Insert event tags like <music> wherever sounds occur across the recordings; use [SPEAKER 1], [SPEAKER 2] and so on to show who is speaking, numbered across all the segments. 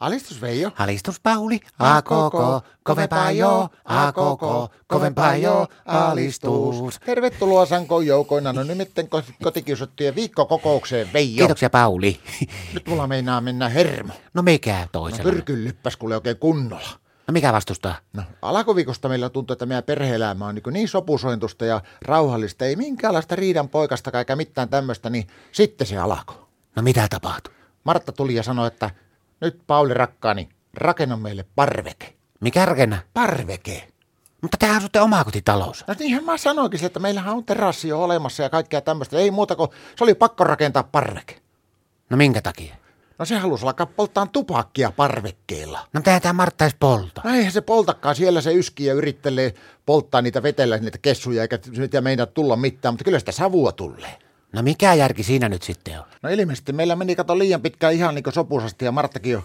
[SPEAKER 1] Alistus Veijo.
[SPEAKER 2] Alistus Pauli, a koko, kovempaa jo, a koko, kovempaa jo, alistus.
[SPEAKER 1] Tervetuloa Sankoon joukoina, no nimittäin ko- kotikiusattujen viikkokokoukseen Veijo.
[SPEAKER 2] Kiitoksia
[SPEAKER 1] <laughs>
[SPEAKER 2] Pauli.
[SPEAKER 1] Nyt mulla meinaa mennä hermo.
[SPEAKER 2] No mikä
[SPEAKER 1] No
[SPEAKER 2] toisella?
[SPEAKER 1] pyrkyn lyppäs kuule oikein kunnolla.
[SPEAKER 2] No mikä vastustaa?
[SPEAKER 1] No, alakoviikosta meillä tuntuu, että meidän perhe-elämä on niin, niin sopusointusta ja rauhallista, ei minkäänlaista riidan poikasta eikä mitään tämmöistä, niin sitten se alako.
[SPEAKER 2] No mitä tapahtuu?
[SPEAKER 1] Martta tuli ja sanoi, että nyt Pauli rakkaani, rakenna meille parveke.
[SPEAKER 2] Mikä rakenna?
[SPEAKER 1] Parveke.
[SPEAKER 2] Mutta tämähän on sitten omakotitalous.
[SPEAKER 1] No niinhän mä sanoinkin sille, että meillähän on terassi jo olemassa ja kaikkea tämmöistä. Ei muuta kuin se oli pakko rakentaa parveke.
[SPEAKER 2] No minkä takia?
[SPEAKER 1] No se halusi alkaa polttaa tupakkia parvekkeilla.
[SPEAKER 2] No tää tää Martta edes polta.
[SPEAKER 1] No eihän se poltakaan, siellä se yskii ja yrittelee polttaa niitä vetellä niitä kessuja, eikä nyt meinaa tulla mitään, mutta kyllä sitä savua tulee.
[SPEAKER 2] No mikä järki siinä nyt sitten on?
[SPEAKER 1] No ilmeisesti meillä meni kato liian pitkään ihan niin kuin sopusasti ja Marttakin jo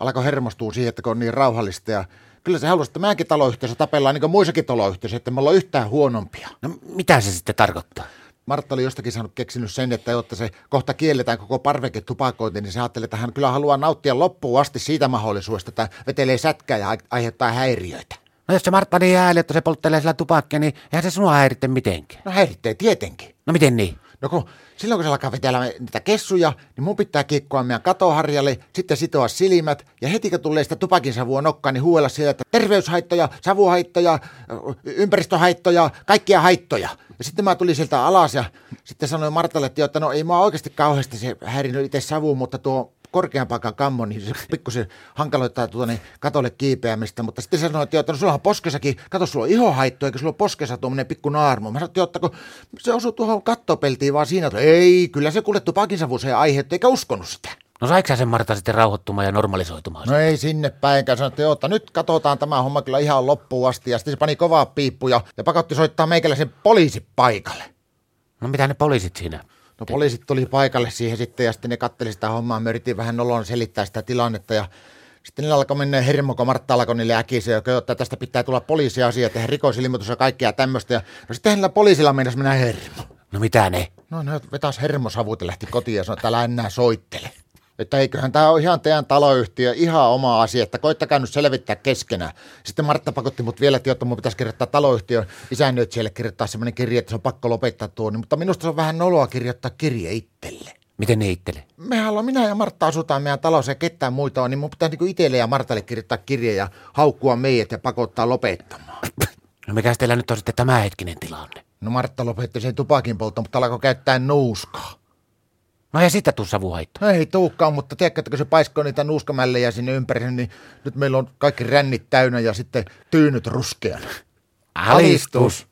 [SPEAKER 1] alkoi hermostua siihen, että kun on niin rauhallista ja kyllä se halusi, että meidänkin taloyhteisö tapellaan niin kuin muissakin taloyhteisöissä, että me ollaan yhtään huonompia.
[SPEAKER 2] No mitä se sitten tarkoittaa?
[SPEAKER 1] Martta oli jostakin saanut keksinyt sen, että jotta se kohta kielletään koko parveketupakointi, niin se ajatteli, että hän kyllä haluaa nauttia loppuun asti siitä mahdollisuudesta, että vetelee sätkää ja ai- aiheuttaa häiriöitä.
[SPEAKER 2] No jos se Martta niin ääli, että se polttelee sillä tupakkia, niin eihän se sinua häiritse mitenkään.
[SPEAKER 1] No häiritsee tietenkin.
[SPEAKER 2] No miten niin?
[SPEAKER 1] No kun, silloin kun se alkaa vetellä niitä kessuja, niin mun pitää kiekkoa meidän katoharjalle, sitten sitoa silmät, ja heti kun tulee sitä tupakin savua nokkaan, niin huuella siellä, että terveyshaittoja, savuhaittoja, y- ympäristöhaittoja, kaikkia haittoja. Ja sitten mä tulin sieltä alas ja sitten sanoin Martalle, että, joo, että no ei mua oikeasti kauheasti se häirinyt itse savu, mutta tuo korkean paikan kammo, niin se pikkusen hankaloittaa tuonne katolle kiipeämistä, mutta sitten sanoin, että, joo, että no sulla on poskessakin, kato sulla on ihohaitto, eikä sulla ole poskessa tuommoinen pikku naarmu. Mä sanoin, että, joo, että kun se osui tuohon kattopeltiin vaan siinä, että ei, kyllä se kuljettu pakinsavuuseen aiheutti, eikä uskonut sitä.
[SPEAKER 2] No saiko sä sen Martta sitten rauhoittumaan ja normalisoitumaan?
[SPEAKER 1] No ei sinne päinkään, sanoin, että, joo, että nyt katsotaan tämä homma kyllä ihan loppuun asti, ja sitten se pani kovaa piippuja ja pakotti soittaa meikäläisen poliisi paikalle.
[SPEAKER 2] No mitä ne poliisit siinä?
[SPEAKER 1] No poliisit tuli paikalle siihen sitten ja sitten ne katteli sitä hommaa. Me yritin vähän nolon selittää sitä tilannetta ja sitten niillä alkoi mennä hermo, kun Martta alkoi niille äkisiä, joka että tästä pitää tulla poliisiasia, tehdä rikosilmoitus ja kaikkea tämmöistä. Ja no sitten niillä poliisilla mennäs mennä hermo.
[SPEAKER 2] No mitä ne?
[SPEAKER 1] No ne vetäs hermosavut ja lähti kotiin ja sanoi, että älä enää soittele. Että eiköhän tämä ole ihan teidän taloyhtiö, ihan oma asia, että koittakaa nyt selvittää keskenään. Sitten Martta pakotti mut vielä, että jotta mun pitäisi kirjoittaa taloyhtiön isännöitsijälle kirjoittaa semmoinen kirje, että se on pakko lopettaa tuo, niin- mutta minusta se on vähän noloa kirjoittaa kirje itselle.
[SPEAKER 2] Miten ne ittele?
[SPEAKER 1] Mehän ollaan, minä ja Martta asutaan meidän talossa ja ketään muita on, niin mun pitää niinku itselle ja Martalle kirjoittaa kirje ja haukkua meidät ja pakottaa lopettamaan.
[SPEAKER 2] No mikä teillä nyt on sitten tämänhetkinen tilanne?
[SPEAKER 1] No Martta lopetti sen tupakin polton, mutta alkoi käyttää nuuskaa.
[SPEAKER 2] No ja sitten tuu savuhaitto.
[SPEAKER 1] No ei tuukkaan, mutta tiedätkö, että kun se paiskoo niitä nuuskamällejä sinne ympäri, niin nyt meillä on kaikki rännit täynnä ja sitten tyynyt ruskeana. Alistus.